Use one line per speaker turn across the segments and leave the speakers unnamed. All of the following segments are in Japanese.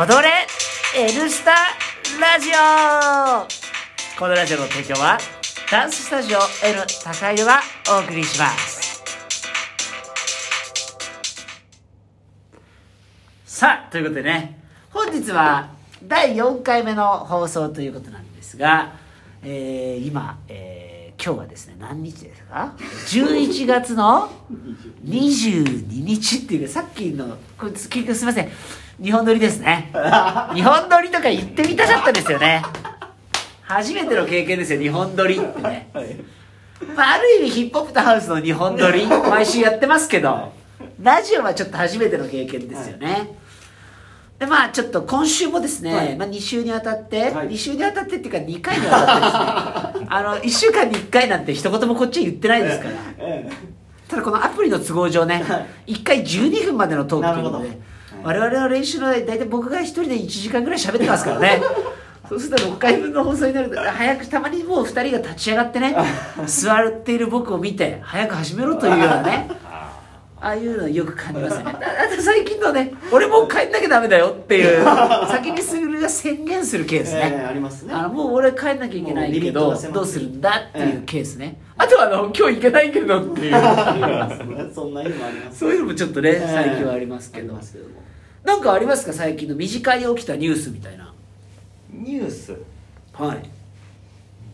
踊れ N スタラジオこのラジオの提供はダンススタジオ N 高井がお送りしますさあということでね本日は第4回目の放送ということなんですが、えー今、えー今日はですね何日ですか11月の22日っていうかさっきのこれ結局すいません日本撮りですね日本撮りとか行ってみたかったですよね初めての経験ですよ日本撮りってね、まあ、ある意味ヒップホップとハウスの日本撮り毎週やってますけどラジオはちょっと初めての経験ですよね、でまあちょっと今週もですね、
はい
まあ、2週にわたって、
はい
2週にわたってっていうか2回にわた ってですねあの1週間に1回なんて一言もこっちは言ってないですから
え
ただこのアプリの都合上ね、1回12分までのトークということで、
なるほど
我々の練習の間大体僕が一人で1時間ぐらい喋ってますからねそうすると6回分の放送になると早くたまにもう2人が立ち上がってね座っている僕を見て早く始めろというようなねああいうのよく感じますねだだって最近のね俺もう帰んなきゃダメだよっていう先にするが宣言するケー
え
スね、
ええありますね
あのもう俺帰んなきゃいけないけ
もうリミット
ど
が迫ってる
どうするんだっていうケースね、あとはあの今日行けないけどっていう
そんな意味もあります
そういうのもちょっとね、
ええ
最近はありますけ
あり
ど
ますけども
なんかありますか最近の身近に起きたニュースみたいな
ニュース
はい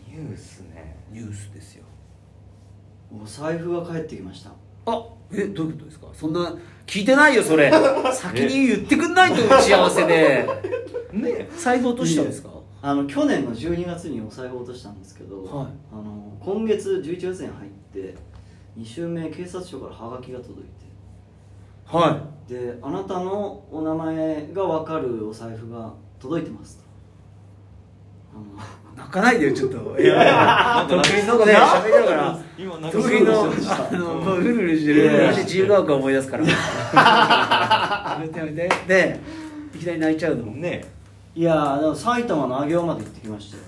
ニュースね
ニュースですよ
お財布が返ってきました
あえどういうことですかそんな聞いてないよそ れ先に言ってくんないと打ち合わせで
ね
財布落としたんですか
あの去年の12月にお財布を落としたんですけど、
はい
あの今月11月に入って2週目警察署からハガキが届い
は
てであなたのお名前が分かるお財布が届いてますとあの
い泣かないでよちょっといや得意の子で喋りながら
今なんか
得意の
そうでした
あの
うん
もううるうるしてる
いやいや
私自由が丘思い出すからやめてやめてでいきなり泣いちゃうの
ね
いやーでも埼玉の上尾まで行ってきましたよ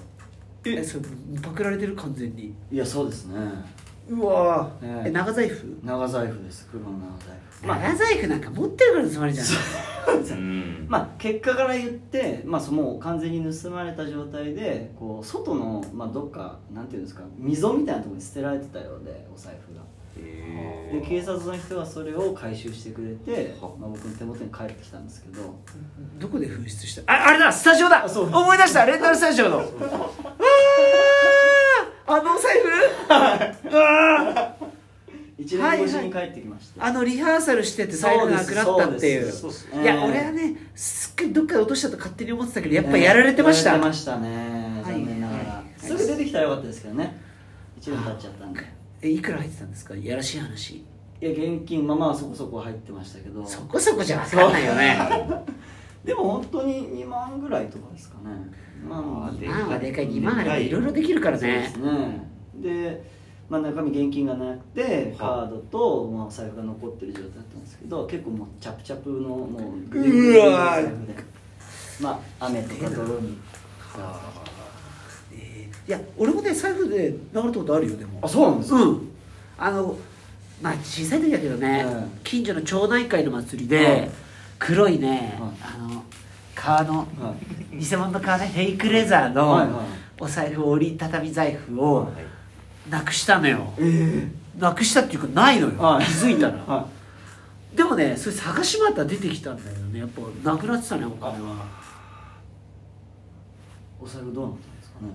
えそれパクられてる完全に
いやそうですね
うわ
ね
え長財布
長財布です黒の長財布まあ
長財布なんか持ってるから盗まれちゃう
うん
まあ、結果から言って、まあ、そもう完全に盗まれた状態でこう外の、まあ、どっかなんていうんですか溝みたいなところに捨てられてたようでお財布がで警察の人がそれを回収してくれて、まあ、僕の手元に帰ってきたんですけど
どこで紛失したああれだスタジオだ
あそう
思い出したレンタルスタジオのうわーあのお財布うわー
1年越しに帰ってきました、
あのリハーサルしてて財布がなくなったっていう
そうですそうです
いや、
えー
俺はねすっごいどっかで落としたと勝手に思ってたけどやっぱやられてました、
やられてましたね
はい
残念ながら、
はい
すぐ出てきたらよかったですけどね1年経っちゃったんで
えいくら入ってたんですかいやらしい話
いや現金まあまあそこそこ入ってましたけど
そこそこじゃ分かんないよね
でも本当に2万ぐらいとかですかねまあまあ
あ
で
で
2万はでかい2万あればいろいろできるから
そうで
ね
すねで、まあ、中身現金がなくてカードと、まあ、お財布が残ってる状態だったんですけど結構もうチャプチャプのもうグリグリグリの財布でまあ雨とか泥に
えーいや俺もね財布で流れたことあるよでも
あそうなんですか
うんあのまあ小さい時だけどね、
うん
近所の町内会の祭りで、
はい
黒いね、
は
あの革の、
は
偽物の革ねフェイクレザー
はいはい
のお財布折りたたみ財布をなくしたのよ
ええ
なくしたっていうかないのよ、
はい
気づいたら、
は
でもねそれ探しまたら出てきたんだよねやっぱなくなってたねお金はい
お財布どうなったんですかね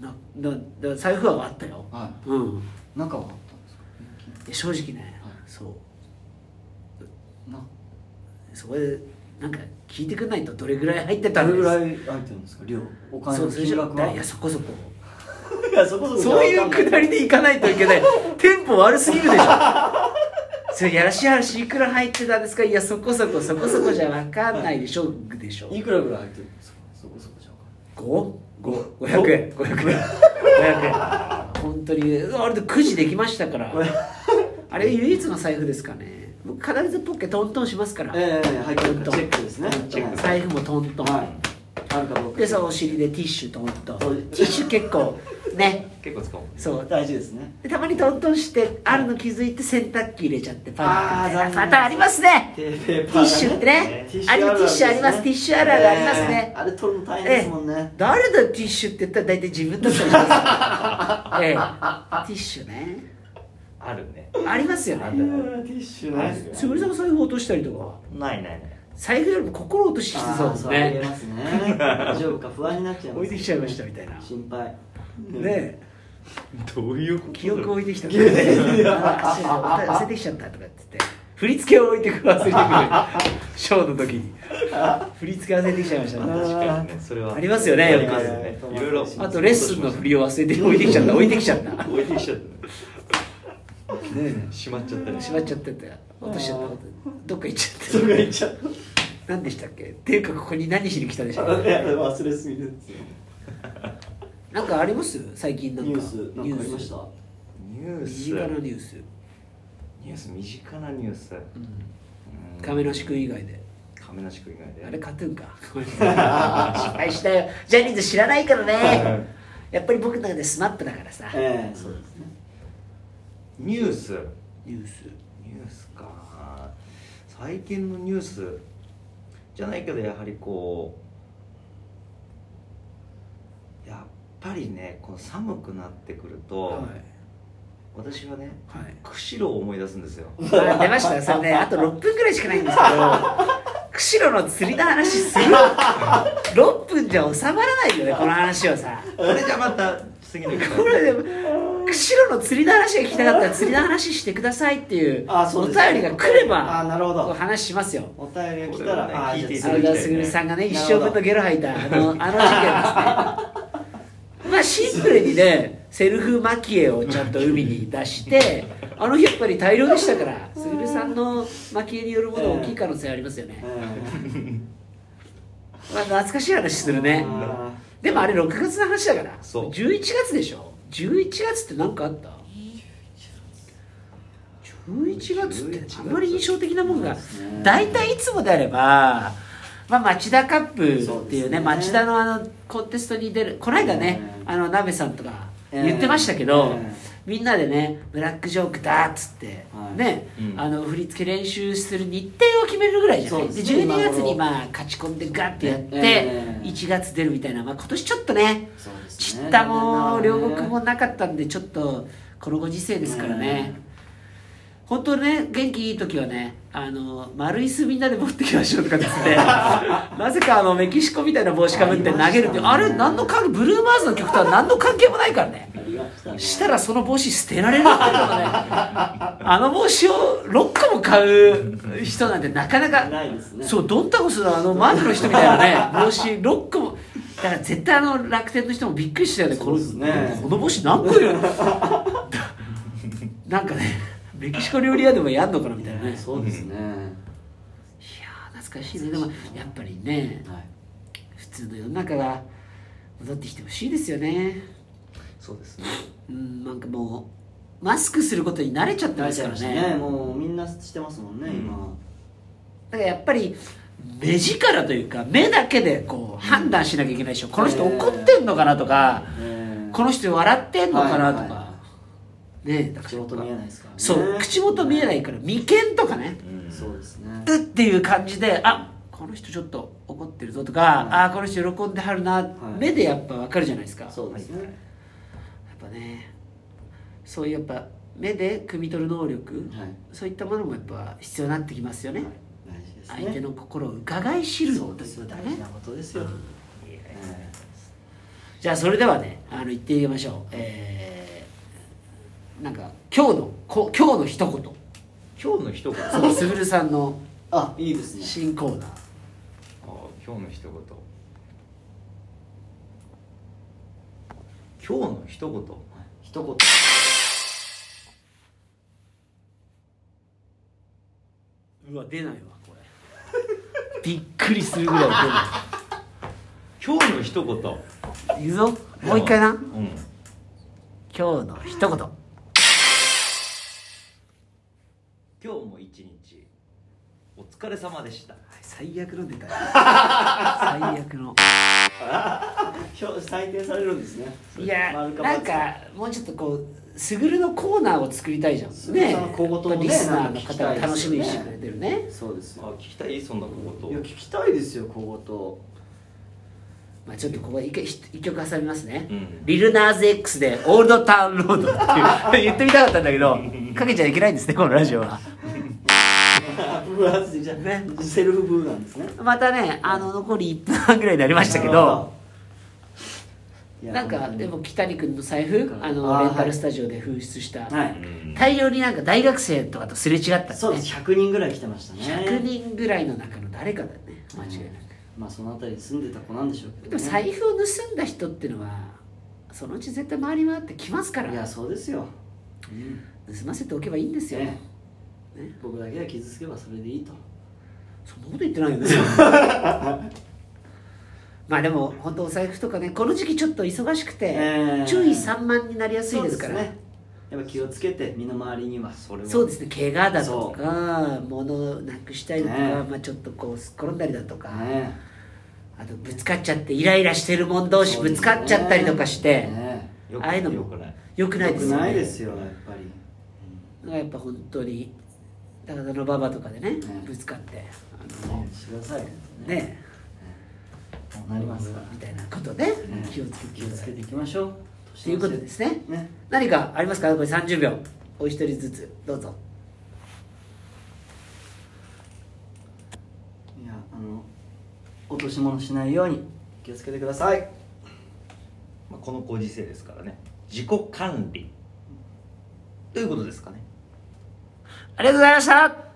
それ
なだだ財布はあったよ、
は
うん
い中はあったんですか現金
で正直ね、
はい
そう
な
そこでなんか聞いてくんないとどれぐらい入ってた
ど
んで
れ
す
ぐらい入ってるんですか量お金
そう
の
それじ
金
ゃ
額はい
やそこそこ
いやそこそこ
そういうくだりで行かないといけないテンポ悪すぎるでしょそれやらしい話いくら入ってたんですかいやそこそこそこそこじゃ分かんないでしょでしょ
いくらぐらい入ってるんですかそこそこじゃわかんない
五五五百円五百円五百円本当にあれでくじできましたからあれ唯一の財布ですかね僕必ずポッケトントンしますから、
ええ入って
ト
る
ント
か
ン
チェックですね
チェック
は
財
い
布もトントン、
はいあるかどうか
でそのお尻でティッシュトントンティッシュ結構ね
結構使うもんね
そう
大事ですね
でたまにトントンしてあるの気づいて洗濯機入れちゃってパンみた
あー残
い
念
なパターンありますね
テーペー
テ
パ
ィ
ーがね
ッシュってねあれもティッシュありますティッシュあるあるありますね
えーあれ取るの大変ですもんね
誰だティッシュって言ったら大体自分だったりしますよええ ティッシュね
あるね
ありますよ
あ
テ
るね
ね
ィッシュ
ある
ね
よ
つぶりさんも財布落としたりとか
ないないない
財布よりも心落としてそうです
あーそうあり
ね
えますね大丈夫か不安になっちゃいます
置いてきちゃいましたみたいなね
心配
え
どういうこと
記憶置いてきたみ
いやいやいや
忘れてきちゃったとかって言って振り付けを置いてく忘れてくるショーの時に 振り付け忘れてきちゃいましたね
確かにねそれは
ありますよね
ありますよね
よく
いろいろ
あとレッスンの振りを忘れて置いてきちゃった置いてきちゃったね
置いてきちゃった
え
しまっちゃったり
しまっちゃってたよ落としちゃ ったどっか行っちゃ
そ
っ
こ
た
がいっ ちゃう
何でしたっけっていうかここに何しに来たでしょ
いや忘れすぎですよ
なんかあります最近なんか
ニュースなんかありました
ニュー
ニュー
ス
ス身近なニュース、
ニュース身近なニュースうん
亀梨君以外で
亀梨君以外で
あれカトゥー ンか失敗したよジャニーズ知らないからねやっぱり僕の中でスマップだからさ、
ええそうですね
ニュース
ニュース
ニュースか最近のニュースじゃないけどやはりこうやっぱりねこの寒くなってくると、私はね
は
釧路を思い出すんですよ
い、はい、出ましたそれね あと6分ぐらいしかないんですけど釧路の釣りの話する6分じゃ収まらないよねこの話はさ
それじゃまた次の機
これ
会
でも釧路の釣りの話が聞きたかったら釣りの話してくださいっていう
あ
お
そう
便
です
りが来れば
あなるほど
こう話しますよ
お便りが来たら、
これをね
あー
聞いてい
じ
た
ゃあ
だ
青田
きたい
卓さんがね一
な
生
るほど
分のゲロ吐いたあのあの事件ですねまあシンプルにねセルフマキエをちゃんと海に出してあの日やっぱり大量でしたから卓さんのマキエによるもの大きい可能性ありますよね、
え
まあ、懐かしい話するね
あ
でもあれ6月の話だから
そう
11月でしょ11月って何かあった11月ってあんまり印象的なもんが
そうですね
大体いつもであれば、まあ、町田カップ
そう
ってい
で
う
す
ね
ね
町田のあのコンテストに出るこの間ね
う
あの鍋さんとか
えー
言ってましたけど、
え
みんなでねブラックジョークだっつって、
はい
ね、
うん
あの振り付け練習する日程を決めるぐらいじゃない
そう
で,、
ですね
12月に
今頃
まあ勝ち込んでガッてやって、
ええ
1月出るみたいな、まあ、今年ちょっとね
ーそうです
ち
ね
ったも両国もなかったんでちょっとこのご時世ですからね、本当ね元気いい時はねあの丸椅子みんなで持ってきましょうとかですねなぜかあのメキシコみたいな帽子かぶって投げるっていうあ,、
ありましたね
れ何の関係ブルーマーズの曲とは何の関係もないからね
ありましたね
したらその帽子捨てられるっていうのがねあの帽子を6個も買う人なんてなかなか
ないですね
そうドンタコスのあのマークの人みたいな ね帽子6個もだから絶対あの楽天の人もびっくりしたよねこ
そうです
の
ね
この帽子何個よ なんかねメキシコ料理屋でもやんのかなみたいなねいや
そうですね、
ー懐かしいねでもやっぱりね
はい
普通の世の中が戻ってきてほしいですよね
そうですね
うんなんかもうマスクすることに慣れちゃって
慣
ま
れ
す
ち
から
ゃいました
ね
ねもうみんなしてますもんね、
うん
今
だからやっぱり目力というか目だけでこう判断しなきゃいけないでしょ、この人怒ってんのかなとか、
えー
この人笑ってんのかなとか、
はいは
ねえだから
口元見えないですからね
そう口元見えないから眉間とかね
うん
そうですね
うっていう感じであこの人ちょっと怒ってるぞとか、
はい
あこの人喜んではるな、
い
目でやっぱ分かるじゃないですか
そうですね
やっぱねそういうやっぱ目で汲み取る能力、
はい
そういったものもやっぱ必要になってきますよね、
大事ですね
相手の心を伺い知る
そう
と
で
い
す
う
よ
か
大
ね
事なことですよ、え
じゃあそれではねあの言っていきましょうえー、なんか今日のこ今日の一言
今日の一言
そのすぐるさんの
ーあいいですね
新コーナー
あ今日の一言今日の一言
一言
うわ出ないわこれびっくりするぐらい出な
今日の一言
い言うぞもう一回な
うん
今日の一言
今日も一日おお疲れ様でした
最悪の出たよ最悪の
表採点されるんですね
いや
丸
なん
×
かもうちょっとこうスグルのコーナーを作りたいじゃん
スグル
ね
さんの小言をね
リスナーの方が
なんか
楽
聞
し
き
み
た
に
いですよね
してくれてるね
そうです
あ
よ
聞きたいそんなこと
いや聞きたいですよ小
まあちょっとここは一回ひ一曲挟みますね、
うん
リルナーズ X で「オールドタウンロード」っていう 言ってみたかったんだけどかけちゃいけないんですねこのラジオは
言ブラスじゃ
ね
セルフブーなんですね
またねあの残り1分半ぐらいになりましたけ
なるほ
ど
いや
なんか
本当に
でも北谷君の財布あの
あー
レンタルスタジオで紛失した、
はい
大量になんか大学生とかとすれ違ったんだね
そうです100人ぐらい来てましたね
100人ぐらいの中の誰かだね間違いなく、
まあそのあたりに住んでた子なんでしょうけ
で
ど
も
ね
財布を盗んだ人ってのはそのうち絶対回り回ってきますから
いや
盗
そうですよ、うん
ませておけばいいんですよ、
ね
ね
僕だけが傷つけばそれでいいと
そんなこと言ってないよね まあでも本当お財布とかねこの時期ちょっと忙しくて、
えー
注意散漫になりやすいですから
そうねやっぱ気をつけて身の回りには
それは
そうですね怪我だとか物をなくしたりだとか、
ね
まあ、ちょっとこうすっ転んだりだとか、
ね
あとぶつかっちゃってイライラしてる者同士ぶつかっちゃったりとかして、
ね
よく
ああいうのも
よくない
よくない
良
で
く
すよ
ない
ね
ですよやっぱり
だからやっぱ本当に高田の馬場とかでね
ね
ぶつかってあの
ねしてください
ね
こうなりますから
みたいなことね
ね
気をつけて
気をつけていきましょう
ということですね
ね
何かありますかこれ30秒お一人ずつどうぞ
いやあの落とし物しないように気をつけてください
まあ、このご時世ですからね自己管理ということですかね
ありがとうございました